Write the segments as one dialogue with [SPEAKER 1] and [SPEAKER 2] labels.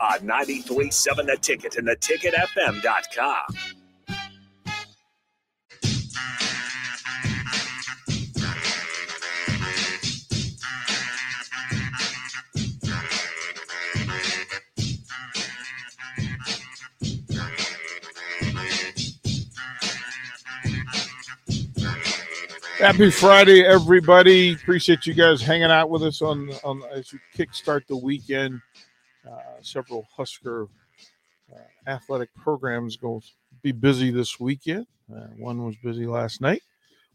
[SPEAKER 1] On 93.7 The Ticket and theticketfm.com.
[SPEAKER 2] Happy Friday, everybody! Appreciate you guys hanging out with us on on as you kickstart the weekend. Uh, several Husker uh, athletic programs going to be busy this weekend. Uh, one was busy last night.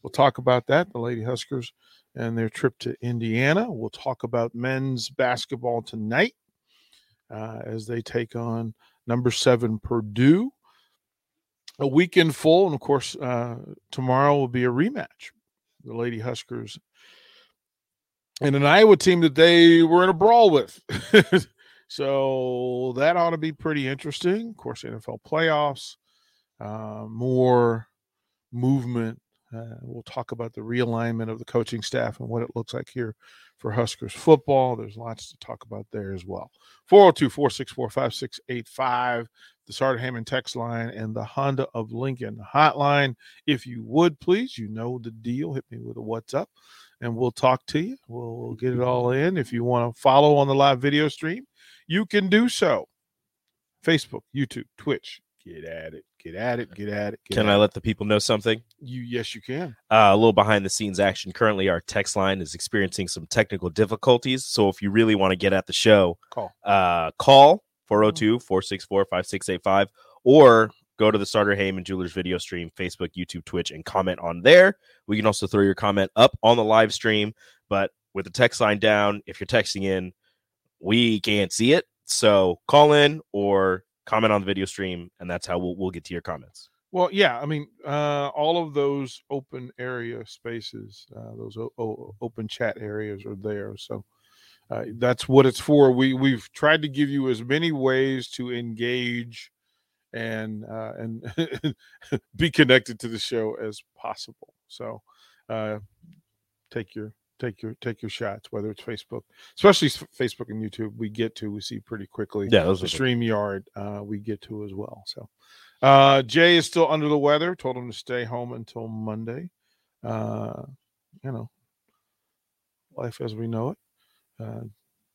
[SPEAKER 2] We'll talk about that, the Lady Huskers and their trip to Indiana. We'll talk about men's basketball tonight uh, as they take on number seven Purdue. A weekend full, and of course, uh, tomorrow will be a rematch the Lady Huskers and an Iowa team that they were in a brawl with. so that ought to be pretty interesting. Of course, NFL playoffs, uh, more movement. Uh, we'll talk about the realignment of the coaching staff and what it looks like here for Huskers football. There's lots to talk about there as well. 402 464 5685, the Sardar Hammond text line, and the Honda of Lincoln hotline. If you would, please, you know the deal. Hit me with a what's up, and we'll talk to you. We'll, we'll get it all in. If you want to follow on the live video stream, you can do so. Facebook, YouTube, Twitch. Get at it. Get at it. Get at it. Get
[SPEAKER 3] Can
[SPEAKER 2] at
[SPEAKER 3] I
[SPEAKER 2] it.
[SPEAKER 3] let the people know something?
[SPEAKER 2] you? Yes, you can.
[SPEAKER 3] Uh, a little behind the scenes action. Currently, our text line is experiencing some technical difficulties. So if you really want to get at the show,
[SPEAKER 2] Call.
[SPEAKER 3] uh, call 402 464 5685 or go to the Starter Heyman Jewelers video stream, Facebook, YouTube, Twitch, and comment on there. We can also throw your comment up on the live stream. But with the text line down, if you're texting in, we can't see it. So call in or comment on the video stream, and that's how we'll, we'll get to your comments.
[SPEAKER 2] Well, yeah, I mean, uh, all of those open area spaces, uh, those o- o- open chat areas are there. So uh, that's what it's for. We we've tried to give you as many ways to engage and uh, and be connected to the show as possible. So uh, take your take your take your shots, whether it's Facebook, especially s- Facebook and YouTube. We get to we see pretty quickly
[SPEAKER 3] Yeah, those
[SPEAKER 2] the stream yard uh, we get to as well so uh, jay is still under the weather told him to stay home until monday uh, you know life as we know it uh,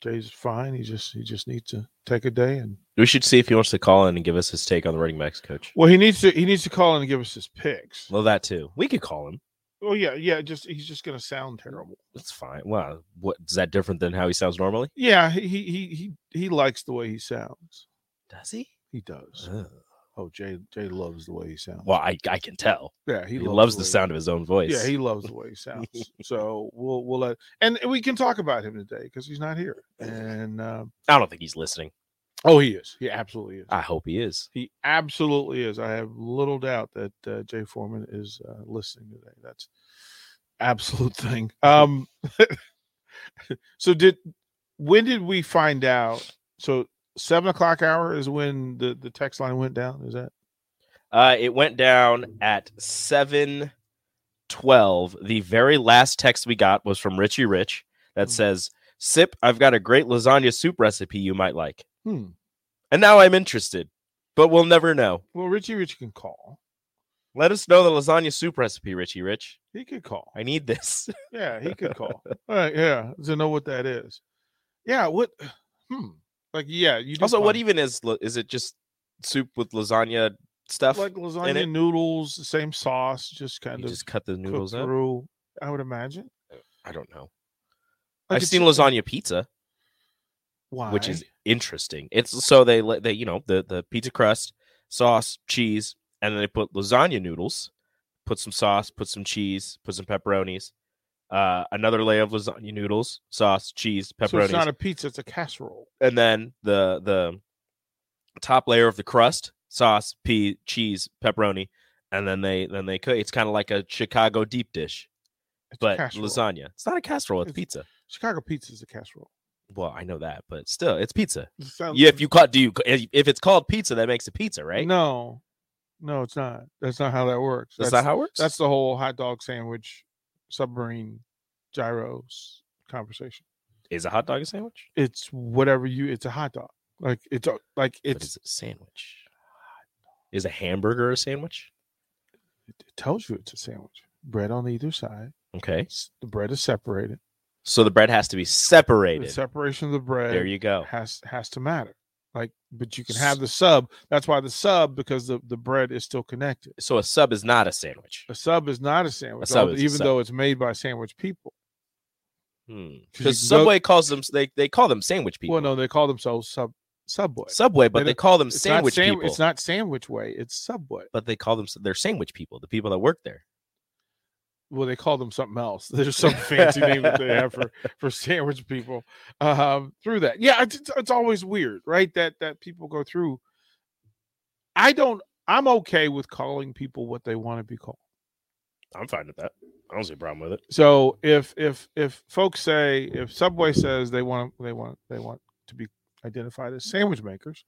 [SPEAKER 2] jay's fine he just he just needs to take a day and
[SPEAKER 3] We should see if he wants to call in and give us his take on the running backs coach.
[SPEAKER 2] well he needs to he needs to call in and give us his picks
[SPEAKER 3] Well, that too. We could call him.
[SPEAKER 2] oh yeah yeah just he's just gonna sound
[SPEAKER 3] Mm-hmm.
[SPEAKER 2] terrible
[SPEAKER 3] That's fine. Wow, what is that different than how he sounds normally?
[SPEAKER 2] yeah he he he, he, he likes the way he sounds
[SPEAKER 3] Does he?
[SPEAKER 2] he does
[SPEAKER 3] Uh-huh.
[SPEAKER 2] oh jay jay loves the way he sounds
[SPEAKER 3] Well, I, I can tell.
[SPEAKER 2] yeah
[SPEAKER 3] He,
[SPEAKER 2] loves
[SPEAKER 3] loves the
[SPEAKER 2] way-
[SPEAKER 3] sound of his own voice.
[SPEAKER 2] Yeah, he loves the way he sounds. so we'll we'll let and we can talk about him today because he's not here. And uh,
[SPEAKER 3] I don't think he's listening.
[SPEAKER 2] oh, he is. He absolutely is.
[SPEAKER 3] I hope he is.
[SPEAKER 2] He absolutely is. I have little doubt that uh, Jay Foreman is uh, listening today. That's absolute thing. Um, so did when did we find out? So seven o'clock hour is when the the text line went down. Is that
[SPEAKER 3] Uh, it went down at seven twelve. The very last text we got was from Richie Rich that
[SPEAKER 2] Hmm.
[SPEAKER 3] says, "Sip, I've got a great lasagna soup recipe you might like."
[SPEAKER 2] hmm?
[SPEAKER 3] And now I'm interested, but we'll never know.
[SPEAKER 2] Well, Richie Rich can call.
[SPEAKER 3] Let us know the lasagna soup recipe, Richie Rich.
[SPEAKER 2] He could call.
[SPEAKER 3] I need this.
[SPEAKER 2] Yeah, he could call. All right, yeah, to know what that is. Yeah, what? Hmm. Like, yeah, you do
[SPEAKER 3] also, what
[SPEAKER 2] find-
[SPEAKER 3] even is la- is it just soup with lasagna stuff?
[SPEAKER 2] like
[SPEAKER 3] in
[SPEAKER 2] lasagna
[SPEAKER 3] it?
[SPEAKER 2] noodles, the same sauce, just kind
[SPEAKER 3] you
[SPEAKER 2] of
[SPEAKER 3] just cut the
[SPEAKER 2] cooked
[SPEAKER 3] noodles up.
[SPEAKER 2] through. I would imagine.
[SPEAKER 3] I don't know.
[SPEAKER 2] Like,
[SPEAKER 3] I've
[SPEAKER 2] it's-
[SPEAKER 3] seen lasagna pizza,
[SPEAKER 2] Why?
[SPEAKER 3] which is interesting. It's so they let they you know the the pizza crust, sauce, cheese, and then they put lasagna noodles, put some sauce, put some cheese, put some pepperonis, uh, another layer of lasagna noodles, sauce, cheese,
[SPEAKER 2] So
[SPEAKER 3] pepperoni,
[SPEAKER 2] it's not a pizza; it's a casserole.
[SPEAKER 3] and then the the top layer of the crust, sauce, pea, cheese, pepperoni, and then they then they cook. It's kind of like a Chicago deep dish,
[SPEAKER 2] It's a
[SPEAKER 3] but
[SPEAKER 2] casserole.
[SPEAKER 3] lasagna. It's not a casserole. It's,
[SPEAKER 2] It's-
[SPEAKER 3] pizza.
[SPEAKER 2] Chicago pizza is a casserole.
[SPEAKER 3] Well, I know that, but still, it's pizza.
[SPEAKER 2] It sounds-
[SPEAKER 3] Yeah, if you call do you if it's called pizza, that makes it pizza,
[SPEAKER 2] Oh,
[SPEAKER 3] right?
[SPEAKER 2] No, no, it's not. That's not how that works.
[SPEAKER 3] that's,
[SPEAKER 2] That's,
[SPEAKER 3] not how it works.
[SPEAKER 2] that's the whole hot dog sandwich, submarine, gyros conversation.
[SPEAKER 3] is a hot dog a sandwich?
[SPEAKER 2] It's whatever you. It's a hot dog. Like it's a, like
[SPEAKER 3] But
[SPEAKER 2] it's.
[SPEAKER 3] it's a sandwich. Is a hamburger a sandwich?
[SPEAKER 2] It tells you it's a sandwich. Bread on either side.
[SPEAKER 3] Okay,
[SPEAKER 2] S- The bread is separated.
[SPEAKER 3] so the bread has to be
[SPEAKER 2] The
[SPEAKER 3] separated.
[SPEAKER 2] separation of the bread.
[SPEAKER 3] There you go.
[SPEAKER 2] has has to matter. Like, but you can have the sub. That's why the sub because the the bread is still connected.
[SPEAKER 3] So a sub is not a sandwich.
[SPEAKER 2] A sub is not a sandwich,
[SPEAKER 3] sub
[SPEAKER 2] although-
[SPEAKER 3] is a
[SPEAKER 2] even
[SPEAKER 3] sub.
[SPEAKER 2] though it's made by sandwich people. you
[SPEAKER 3] Because
[SPEAKER 2] can go-
[SPEAKER 3] Hmm. Subway calls them they they call them sandwich people.
[SPEAKER 2] Well, no, they call themselves sub Subway.
[SPEAKER 3] Subway, but
[SPEAKER 2] they
[SPEAKER 3] they,
[SPEAKER 2] don't-
[SPEAKER 3] call them
[SPEAKER 2] It's not
[SPEAKER 3] sandwich
[SPEAKER 2] sam-
[SPEAKER 3] people.
[SPEAKER 2] It's not sandwich way. It's Subway.
[SPEAKER 3] but they call them they're sandwich people. The people that work there.
[SPEAKER 2] Well, they call them something else. There's some fancy name that they have for for sandwich people. Um, through that, yeah, it's, it's it's always weird, right? That that people go through. I don't. I'm okay with calling people what they want to be called.
[SPEAKER 3] I'm fine with that. I don't see a problem with it.
[SPEAKER 2] So if if if folks say if Subway says they want they want they want to be identified as sandwich makers,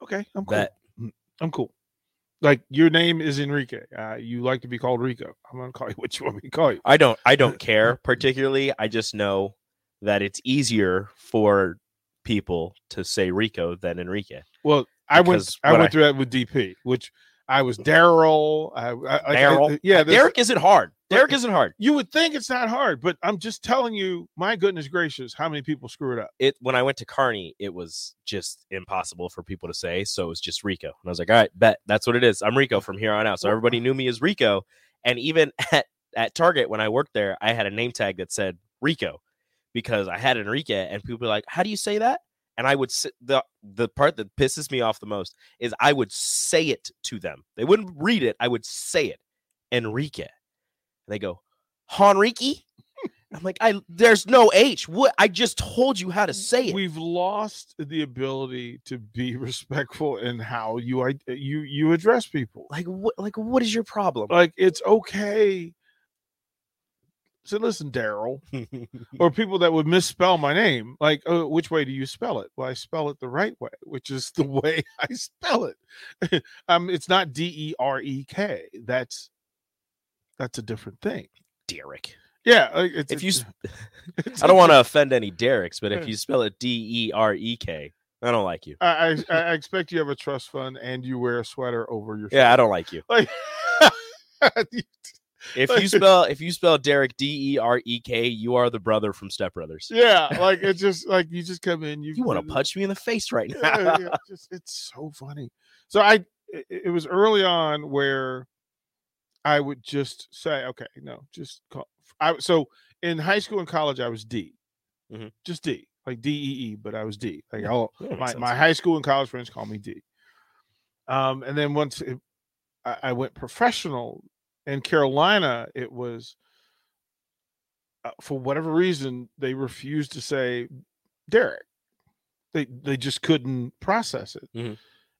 [SPEAKER 2] okay, I'm cool.
[SPEAKER 3] Bet.
[SPEAKER 2] I'm cool. Like your name is Enrique. Uh, you like to be called Rico. I'm gonna call you what you want me to call you.
[SPEAKER 3] I don't I don't care particularly. I just know that it's easier for people to say Rico than Enrique.
[SPEAKER 2] Well, I went
[SPEAKER 3] Because
[SPEAKER 2] I
[SPEAKER 3] what
[SPEAKER 2] went
[SPEAKER 3] I-
[SPEAKER 2] through that with DP, which I was Daryl. I, I, I- I-
[SPEAKER 3] Daryl. Uh,
[SPEAKER 2] yeah, there's-
[SPEAKER 3] Derek isn't hard. Derek isn't hard.
[SPEAKER 2] You would think it's not hard, but I'm just telling you, my goodness gracious, how many people screw it up.
[SPEAKER 3] It when I went to Carney, it was just impossible for people to say. So it was just Rico. And I was like, all right, bet that's what it is. I'm Rico from here on out. So everybody knew me as Rico. And even at, at Target when I worked there, I had a name tag that said Rico because I had Enrique and people were like, How do you say that? And I would sit the the part that pisses me off the most is I would say it to them. They wouldn't read it. I would say it. Enrique. And they go, Honriki? I'm like, I there's no H. What I just told you how to say it.
[SPEAKER 2] We've lost the ability to be respectful in how you i- uh, you you address people.
[SPEAKER 3] like what like what is your problem?
[SPEAKER 2] Like it's okay. So listen, Daryl, or people that would misspell my name. Like, oh, which way do you spell it? Well, I spell it the right way, which is the way I spell it. um, it's not D E R E K. That's that's a different thing.
[SPEAKER 3] Derek.
[SPEAKER 2] Yeah, like, it's,
[SPEAKER 3] If you
[SPEAKER 2] it's- it's
[SPEAKER 3] I don't
[SPEAKER 2] a
[SPEAKER 3] want to offend any Derek's, but if you spell it D E R E K, I don't like you.
[SPEAKER 2] I, I- I expect you have a trust fund and you wear a sweater over your.
[SPEAKER 3] Yeah, I don't like you.
[SPEAKER 2] Like,
[SPEAKER 3] If you spell if you spell Derek D E R E K, you are the brother from Step Brothers.
[SPEAKER 2] yeah, like it's just like you just come in. You,
[SPEAKER 3] You want to punch me in the face right
[SPEAKER 2] Yeah,
[SPEAKER 3] now.
[SPEAKER 2] yeah, just, it's so funny. So I, it, it was early on where I would just say, okay, no, just call. I so in high school and college I was D,
[SPEAKER 3] Mhm.
[SPEAKER 2] just D, like D E E, but I was D. Like all
[SPEAKER 3] That makes
[SPEAKER 2] my,
[SPEAKER 3] sense.
[SPEAKER 2] my high school and college friends call me D. Um, and then once it, I, I went professional in Carolina, it was uh, for whatever reason they refused to say Derek. They they just couldn't process it,
[SPEAKER 3] Mhm.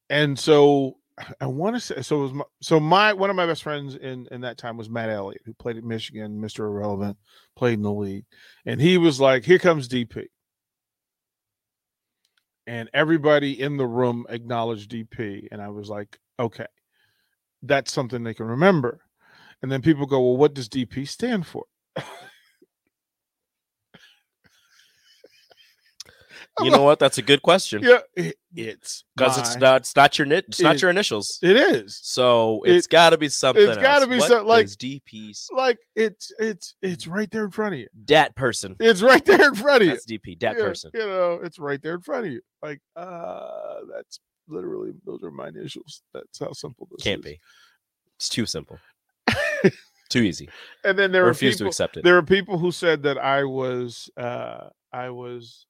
[SPEAKER 2] and so I want to say so. It was my, so my one of my best friends in in that time was Matt Elliott, who played at Michigan, Mister Irrelevant, played in the league, and he was like, "Here comes DP." and everybody in the room acknowledged DP. And I was like, okay, that's something they can remember. And then people go, well, what does DP stand for?
[SPEAKER 3] you know what? That's a good question.
[SPEAKER 2] Yeah, it- it's
[SPEAKER 3] Because it's
[SPEAKER 2] my-
[SPEAKER 3] not it's not your ni- it's not
[SPEAKER 2] It-
[SPEAKER 3] your initials.
[SPEAKER 2] It is
[SPEAKER 3] So
[SPEAKER 2] it-
[SPEAKER 3] it's got to be something.
[SPEAKER 2] gotta
[SPEAKER 3] else.
[SPEAKER 2] be
[SPEAKER 3] What
[SPEAKER 2] some- like-
[SPEAKER 3] does DP. stand
[SPEAKER 2] like it's it's it's right there in front of you.
[SPEAKER 3] Dat person.
[SPEAKER 2] It's right there in front of you.
[SPEAKER 3] That's DP. Dat
[SPEAKER 2] Yeah,
[SPEAKER 3] person.
[SPEAKER 2] You know, it's right there in front of you. Like, uh, that's literally those are my initials. That's how simple this
[SPEAKER 3] Can't
[SPEAKER 2] is.
[SPEAKER 3] be. It's too simple. too easy.
[SPEAKER 2] And then
[SPEAKER 3] I
[SPEAKER 2] there are
[SPEAKER 3] refuse
[SPEAKER 2] people,
[SPEAKER 3] to accept it.
[SPEAKER 2] there are people who said that I was uh I was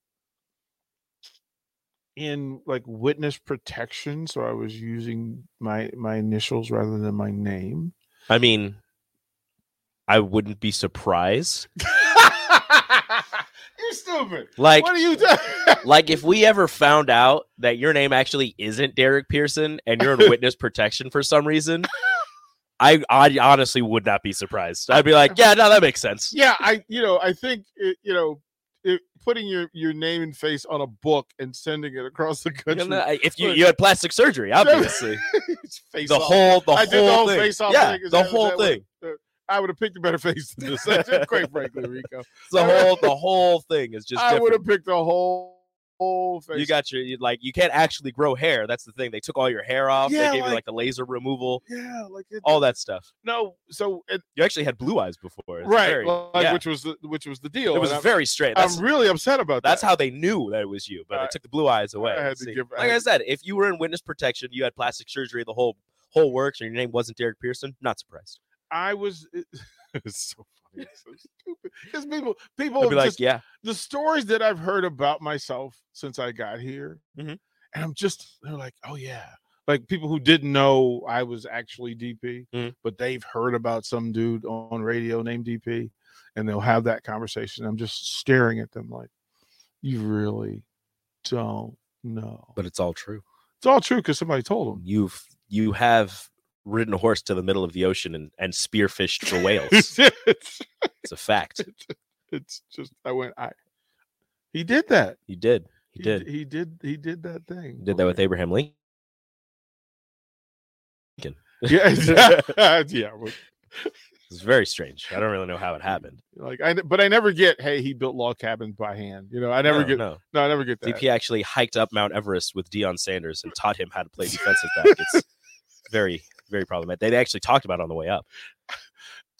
[SPEAKER 2] in like witness protection, so I was using my my initials rather than my name.
[SPEAKER 3] I mean, I wouldn't be surprised
[SPEAKER 2] movement.
[SPEAKER 3] Like,
[SPEAKER 2] what are you doing?
[SPEAKER 3] like if we ever found out that your name actually isn't Derek Pearson and you're in witness protection for some reason, I I honestly would not be surprised. I'd be like, yeah, no, that makes sense.
[SPEAKER 2] yeah, I you know I think it, you know it, putting your your name and face on a book and sending it across the
[SPEAKER 3] You
[SPEAKER 2] country.
[SPEAKER 3] know, I- if you, you had plastic surgery, obviously
[SPEAKER 2] it's face
[SPEAKER 3] the
[SPEAKER 2] off.
[SPEAKER 3] whole the
[SPEAKER 2] I
[SPEAKER 3] whole,
[SPEAKER 2] did the whole
[SPEAKER 3] thing.
[SPEAKER 2] face-off
[SPEAKER 3] yeah,
[SPEAKER 2] thing, is
[SPEAKER 3] the
[SPEAKER 2] that- is
[SPEAKER 3] whole
[SPEAKER 2] that what-
[SPEAKER 3] thing,
[SPEAKER 2] I would have picked a better face than this. That's Quite frankly, Rico,
[SPEAKER 3] the whole the whole thing is just.
[SPEAKER 2] I would
[SPEAKER 3] Different.
[SPEAKER 2] have picked a whole whole face.
[SPEAKER 3] You got your you, like you can't actually grow hair. That's the thing. They took all your hair off.
[SPEAKER 2] Yeah,
[SPEAKER 3] they gave you
[SPEAKER 2] like-
[SPEAKER 3] like the laser removal,
[SPEAKER 2] yeah, like it,
[SPEAKER 3] all that stuff.
[SPEAKER 2] no. So it,
[SPEAKER 3] You actually had blue eyes before, It's
[SPEAKER 2] right,
[SPEAKER 3] very-
[SPEAKER 2] like
[SPEAKER 3] yeah.
[SPEAKER 2] which was the which was the deal.
[SPEAKER 3] it was
[SPEAKER 2] and I'm-
[SPEAKER 3] very straight. That's
[SPEAKER 2] I'm really upset about
[SPEAKER 3] That's
[SPEAKER 2] that.
[SPEAKER 3] how they knew that it was you, but
[SPEAKER 2] I-
[SPEAKER 3] they took the blue eyes away.
[SPEAKER 2] I had to
[SPEAKER 3] See,
[SPEAKER 2] give- I
[SPEAKER 3] like
[SPEAKER 2] had
[SPEAKER 3] I said, if you were in witness protection, you had plastic surgery, the whole whole works, and your name wasn't Derek Pearson. Not surprised.
[SPEAKER 2] I was. It, it's so funny. It's so stupid. Because people, people
[SPEAKER 3] I'd be
[SPEAKER 2] have
[SPEAKER 3] like,
[SPEAKER 2] just,
[SPEAKER 3] yeah,
[SPEAKER 2] the stories that I've heard about myself since I got here,
[SPEAKER 3] Mhm.
[SPEAKER 2] and I'm just they're like, oh yeah, like people who didn't know I was actually DP,
[SPEAKER 3] Mhm.
[SPEAKER 2] but they've heard about some dude on radio named DP, and they'll have that conversation. I'm just staring at them like, you really don't know.
[SPEAKER 3] but it's all true.
[SPEAKER 2] it's all true because somebody told them.
[SPEAKER 3] You've you have ridden a horse to the middle of the ocean and and spearfished for whales.
[SPEAKER 2] it's,
[SPEAKER 3] it's a fact.
[SPEAKER 2] it's just I went I. He did that.
[SPEAKER 3] You did. You did.
[SPEAKER 2] d- He did. He did that thing.
[SPEAKER 3] You did that with Abraham Lincoln.
[SPEAKER 2] Yeah. yeah. yeah well,
[SPEAKER 3] It's very strange. I don't really know how it happened.
[SPEAKER 2] Like I, but I never get. Hey, he built log cabins by hand. You know, I never
[SPEAKER 3] No,
[SPEAKER 2] get. No.
[SPEAKER 3] no.
[SPEAKER 2] I never get that.
[SPEAKER 3] DP actually hiked up Mount Everest with Deion Sanders and taught him how to play defensive back. It's very, very problematic. They actually talked about it on the way up.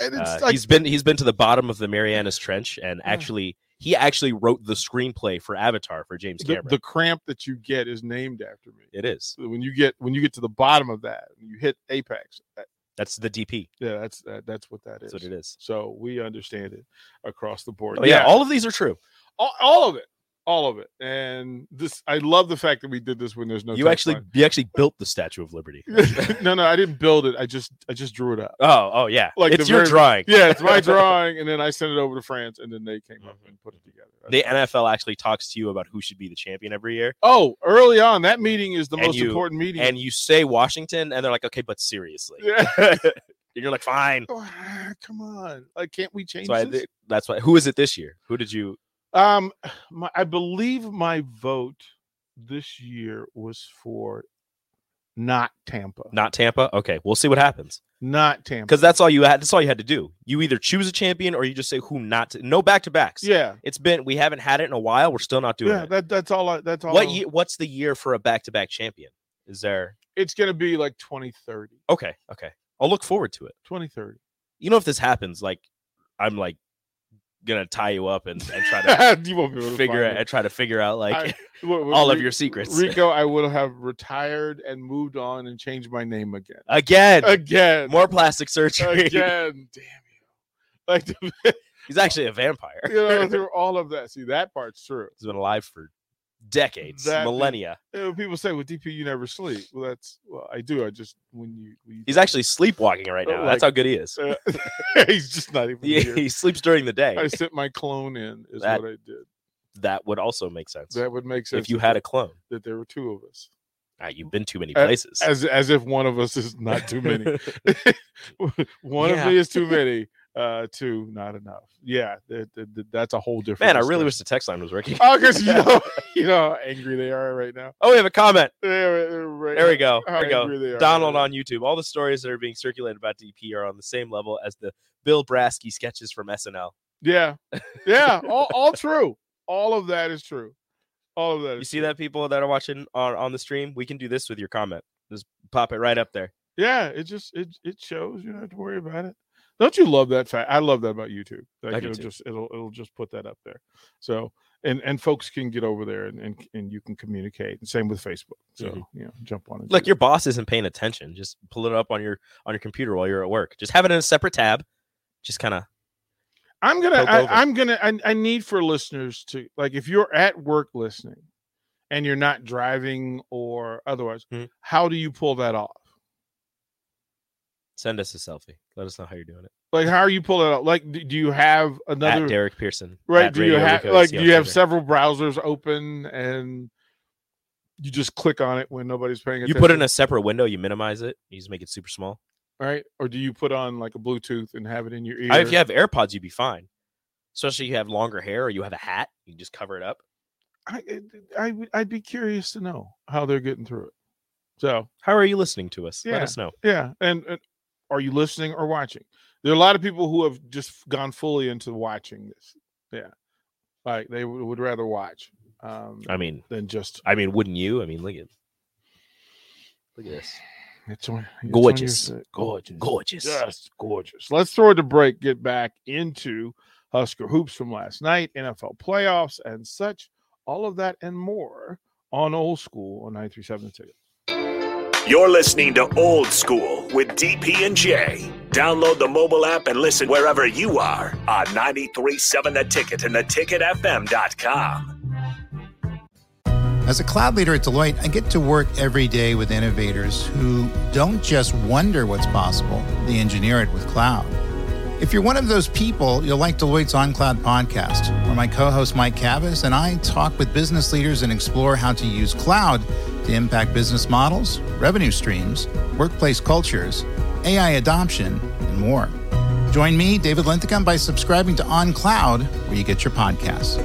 [SPEAKER 2] And it's
[SPEAKER 3] Uh,
[SPEAKER 2] like,
[SPEAKER 3] he's been he's been to the bottom of the Marianas Trench and
[SPEAKER 2] Yeah.
[SPEAKER 3] actually he actually wrote the screenplay for Avatar for James
[SPEAKER 2] the,
[SPEAKER 3] Cameron.
[SPEAKER 2] the cramp that you get is named after me.
[SPEAKER 3] it is.
[SPEAKER 2] So When you get when you get to the bottom of that, and you hit apex. that-
[SPEAKER 3] That's the DP.
[SPEAKER 2] yeah, that's that, that's what that is.
[SPEAKER 3] That's what it is.
[SPEAKER 2] So we understand it across the board.
[SPEAKER 3] Oh, yeah, all of these are true.
[SPEAKER 2] all, all of it, all of it. And this, I love the fact that we did this when there's no.
[SPEAKER 3] you actually you actually built the Statue of Liberty.
[SPEAKER 2] tagline. no, no, I didn't build it. I just I just drew it up.
[SPEAKER 3] Oh, oh yeah.
[SPEAKER 2] Like
[SPEAKER 3] it's
[SPEAKER 2] the
[SPEAKER 3] your
[SPEAKER 2] very-
[SPEAKER 3] drawing.
[SPEAKER 2] Yeah, it's my drawing, and then I sent it over to France, and then they came
[SPEAKER 3] Mm-hmm.
[SPEAKER 2] up and put it together.
[SPEAKER 3] The NFL actually talks to you about who should be the champion every year.
[SPEAKER 2] Oh, early on, that meeting is the
[SPEAKER 3] And
[SPEAKER 2] most
[SPEAKER 3] you-
[SPEAKER 2] important meeting.
[SPEAKER 3] And you say Washington and they're like, okay, but seriously.
[SPEAKER 2] yeah.
[SPEAKER 3] and you're like, fine.
[SPEAKER 2] Ah, come on, like, can't we change
[SPEAKER 3] So I,
[SPEAKER 2] this?
[SPEAKER 3] thi- that's why. Who is it this year? Who did you?
[SPEAKER 2] um, my, I believe my vote this year was for not Tampa,
[SPEAKER 3] Not Tampa. Okay, we'll see what happens.
[SPEAKER 2] not Tampa,
[SPEAKER 3] because that's all you had. That's all you had to do. You either choose a champion or you just say who not. To, no back to backs.
[SPEAKER 2] yeah,
[SPEAKER 3] it's been we haven't had it in a while. We're still not doing
[SPEAKER 2] yeah.
[SPEAKER 3] it.
[SPEAKER 2] That that's all. I, that's all.
[SPEAKER 3] What
[SPEAKER 2] I-
[SPEAKER 3] ye- What's the year for a back to back champion? Is there?
[SPEAKER 2] It's gonna be like 2030.
[SPEAKER 3] Okay, okay. I'll look forward to it.
[SPEAKER 2] 2030.
[SPEAKER 3] You know, if this happens, like I'm like gonna tie you up and, and try to
[SPEAKER 2] you won't be able to
[SPEAKER 3] figure
[SPEAKER 2] find
[SPEAKER 3] it. And try to figure out like
[SPEAKER 2] I- what- what-
[SPEAKER 3] all of
[SPEAKER 2] Re-
[SPEAKER 3] your secrets
[SPEAKER 2] Rico, I will have retired and moved on and changed my name again.
[SPEAKER 3] again.
[SPEAKER 2] Again.
[SPEAKER 3] More plastic surgery.
[SPEAKER 2] again. Damn you. Like you
[SPEAKER 3] He's actually a vampire.
[SPEAKER 2] know, through all of that. See, that part's true.
[SPEAKER 3] He's been alive for decades,
[SPEAKER 2] That is-
[SPEAKER 3] millennia.
[SPEAKER 2] You know, people say, "Well, DP, you never sleep." Well, that's well, I do. I just when you, when you
[SPEAKER 3] He's actually sleepwalking right now.
[SPEAKER 2] Like-
[SPEAKER 3] That's how good he is.
[SPEAKER 2] uh, he's just not even
[SPEAKER 3] He,
[SPEAKER 2] here.
[SPEAKER 3] he sleeps during the day.
[SPEAKER 2] I sent my clone in. Is
[SPEAKER 3] That-
[SPEAKER 2] what I did.
[SPEAKER 3] that would also make sense.
[SPEAKER 2] That would make sense
[SPEAKER 3] if you had a clone,
[SPEAKER 2] that there were two of us,
[SPEAKER 3] Ah, you've been too many
[SPEAKER 2] Uh,
[SPEAKER 3] places.
[SPEAKER 2] as as if one of us is not too many. one
[SPEAKER 3] Yeah.
[SPEAKER 2] of me is too many. Uh, two not enough. Yeah, that, that, that- that's a whole different.
[SPEAKER 3] Man, I really
[SPEAKER 2] discussion.
[SPEAKER 3] wish the text line was working.
[SPEAKER 2] Oh, because you know, you know how angry they are right now.
[SPEAKER 3] Oh, we have a comment.
[SPEAKER 2] There we
[SPEAKER 3] There we go. There we go. Donald on YouTube. All the stories that are being circulated about DP are on the same level as the Bill Brasky sketches from SNL.
[SPEAKER 2] Yeah, yeah. All, all true. All of that is true. All of that.
[SPEAKER 3] You
[SPEAKER 2] Is,
[SPEAKER 3] see that people that are watching on, on the stream? We can do this with your comment. Just pop it right up there.
[SPEAKER 2] yeah, it just it it shows. You don't have to worry about it. Don't you love that fact? I love that about YouTube. Like
[SPEAKER 3] I do
[SPEAKER 2] it'll
[SPEAKER 3] too.
[SPEAKER 2] just it'll it'll just put that up there. So and and folks can get over there and and, and you can communicate. And same with Facebook. So
[SPEAKER 3] Mhm.
[SPEAKER 2] you know, jump on it.
[SPEAKER 3] Like your boss isn't paying attention. Just pull it up on your on your computer while you're at work. Just have it in a separate tab. Just kind of
[SPEAKER 2] I'm gonna,
[SPEAKER 3] poke over.
[SPEAKER 2] I, I'm gonna, I, I need for listeners to like if you're at work listening, and you're not driving or otherwise,
[SPEAKER 3] Mhm.
[SPEAKER 2] how do you pull that off?
[SPEAKER 3] send us a selfie. Let us know how you're doing it.
[SPEAKER 2] Like, how are you pulling it up? Like, do do you have
[SPEAKER 3] at
[SPEAKER 2] another
[SPEAKER 3] Derek Pearson.
[SPEAKER 2] right?
[SPEAKER 3] at
[SPEAKER 2] Do you
[SPEAKER 3] Radio
[SPEAKER 2] have
[SPEAKER 3] Rico's
[SPEAKER 2] like do
[SPEAKER 3] CL
[SPEAKER 2] you have
[SPEAKER 3] Twitter.
[SPEAKER 2] several browsers open and you just click on it when nobody's paying
[SPEAKER 3] You
[SPEAKER 2] attention?
[SPEAKER 3] put in a separate window. You minimize it. You just make it super small.
[SPEAKER 2] right, or do you put on like a Bluetooth and have it in your ear?
[SPEAKER 3] I- if you have AirPods, you'd be fine. Especially if you have longer hair or you have a hat, you can just cover it up.
[SPEAKER 2] I, I, I would, I'd be curious to know how they're getting through it. So
[SPEAKER 3] How are you listening to us? Let
[SPEAKER 2] Yeah.
[SPEAKER 3] us know.
[SPEAKER 2] yeah, and, and are you listening or watching? There are a lot of people who have just gone fully into watching this. Yeah, like they w- would rather watch um,
[SPEAKER 3] I mean,
[SPEAKER 2] than just
[SPEAKER 3] I mean, wouldn't you? I mean, look at look at this.
[SPEAKER 2] it's on- it's on your
[SPEAKER 3] Gorgeous.
[SPEAKER 2] side.
[SPEAKER 3] Gorgeous. Gorgeous.
[SPEAKER 2] just gorgeous. Let's throw it to break, get back into Husker Hoops from last night, NFL playoffs, and such. All of that and more on Old School on 937 The Ticket.
[SPEAKER 1] You're listening to Old School with DP and J. Download the mobile app and listen wherever you are on 937 The Ticket and theticketfm.com.
[SPEAKER 4] As a cloud leader at Deloitte, I get to work every day with innovators who don't just wonder what's possible, they engineer it with cloud. If you're one of those people, you'll like Deloitte's On Cloud podcast, where my co host Mike Cavas and I talk with business leaders and explore how to use cloud to impact business models, revenue streams, workplace cultures, AI adoption, and more. Join me, David Linthicum, by subscribing to On Cloud, where you get your podcasts.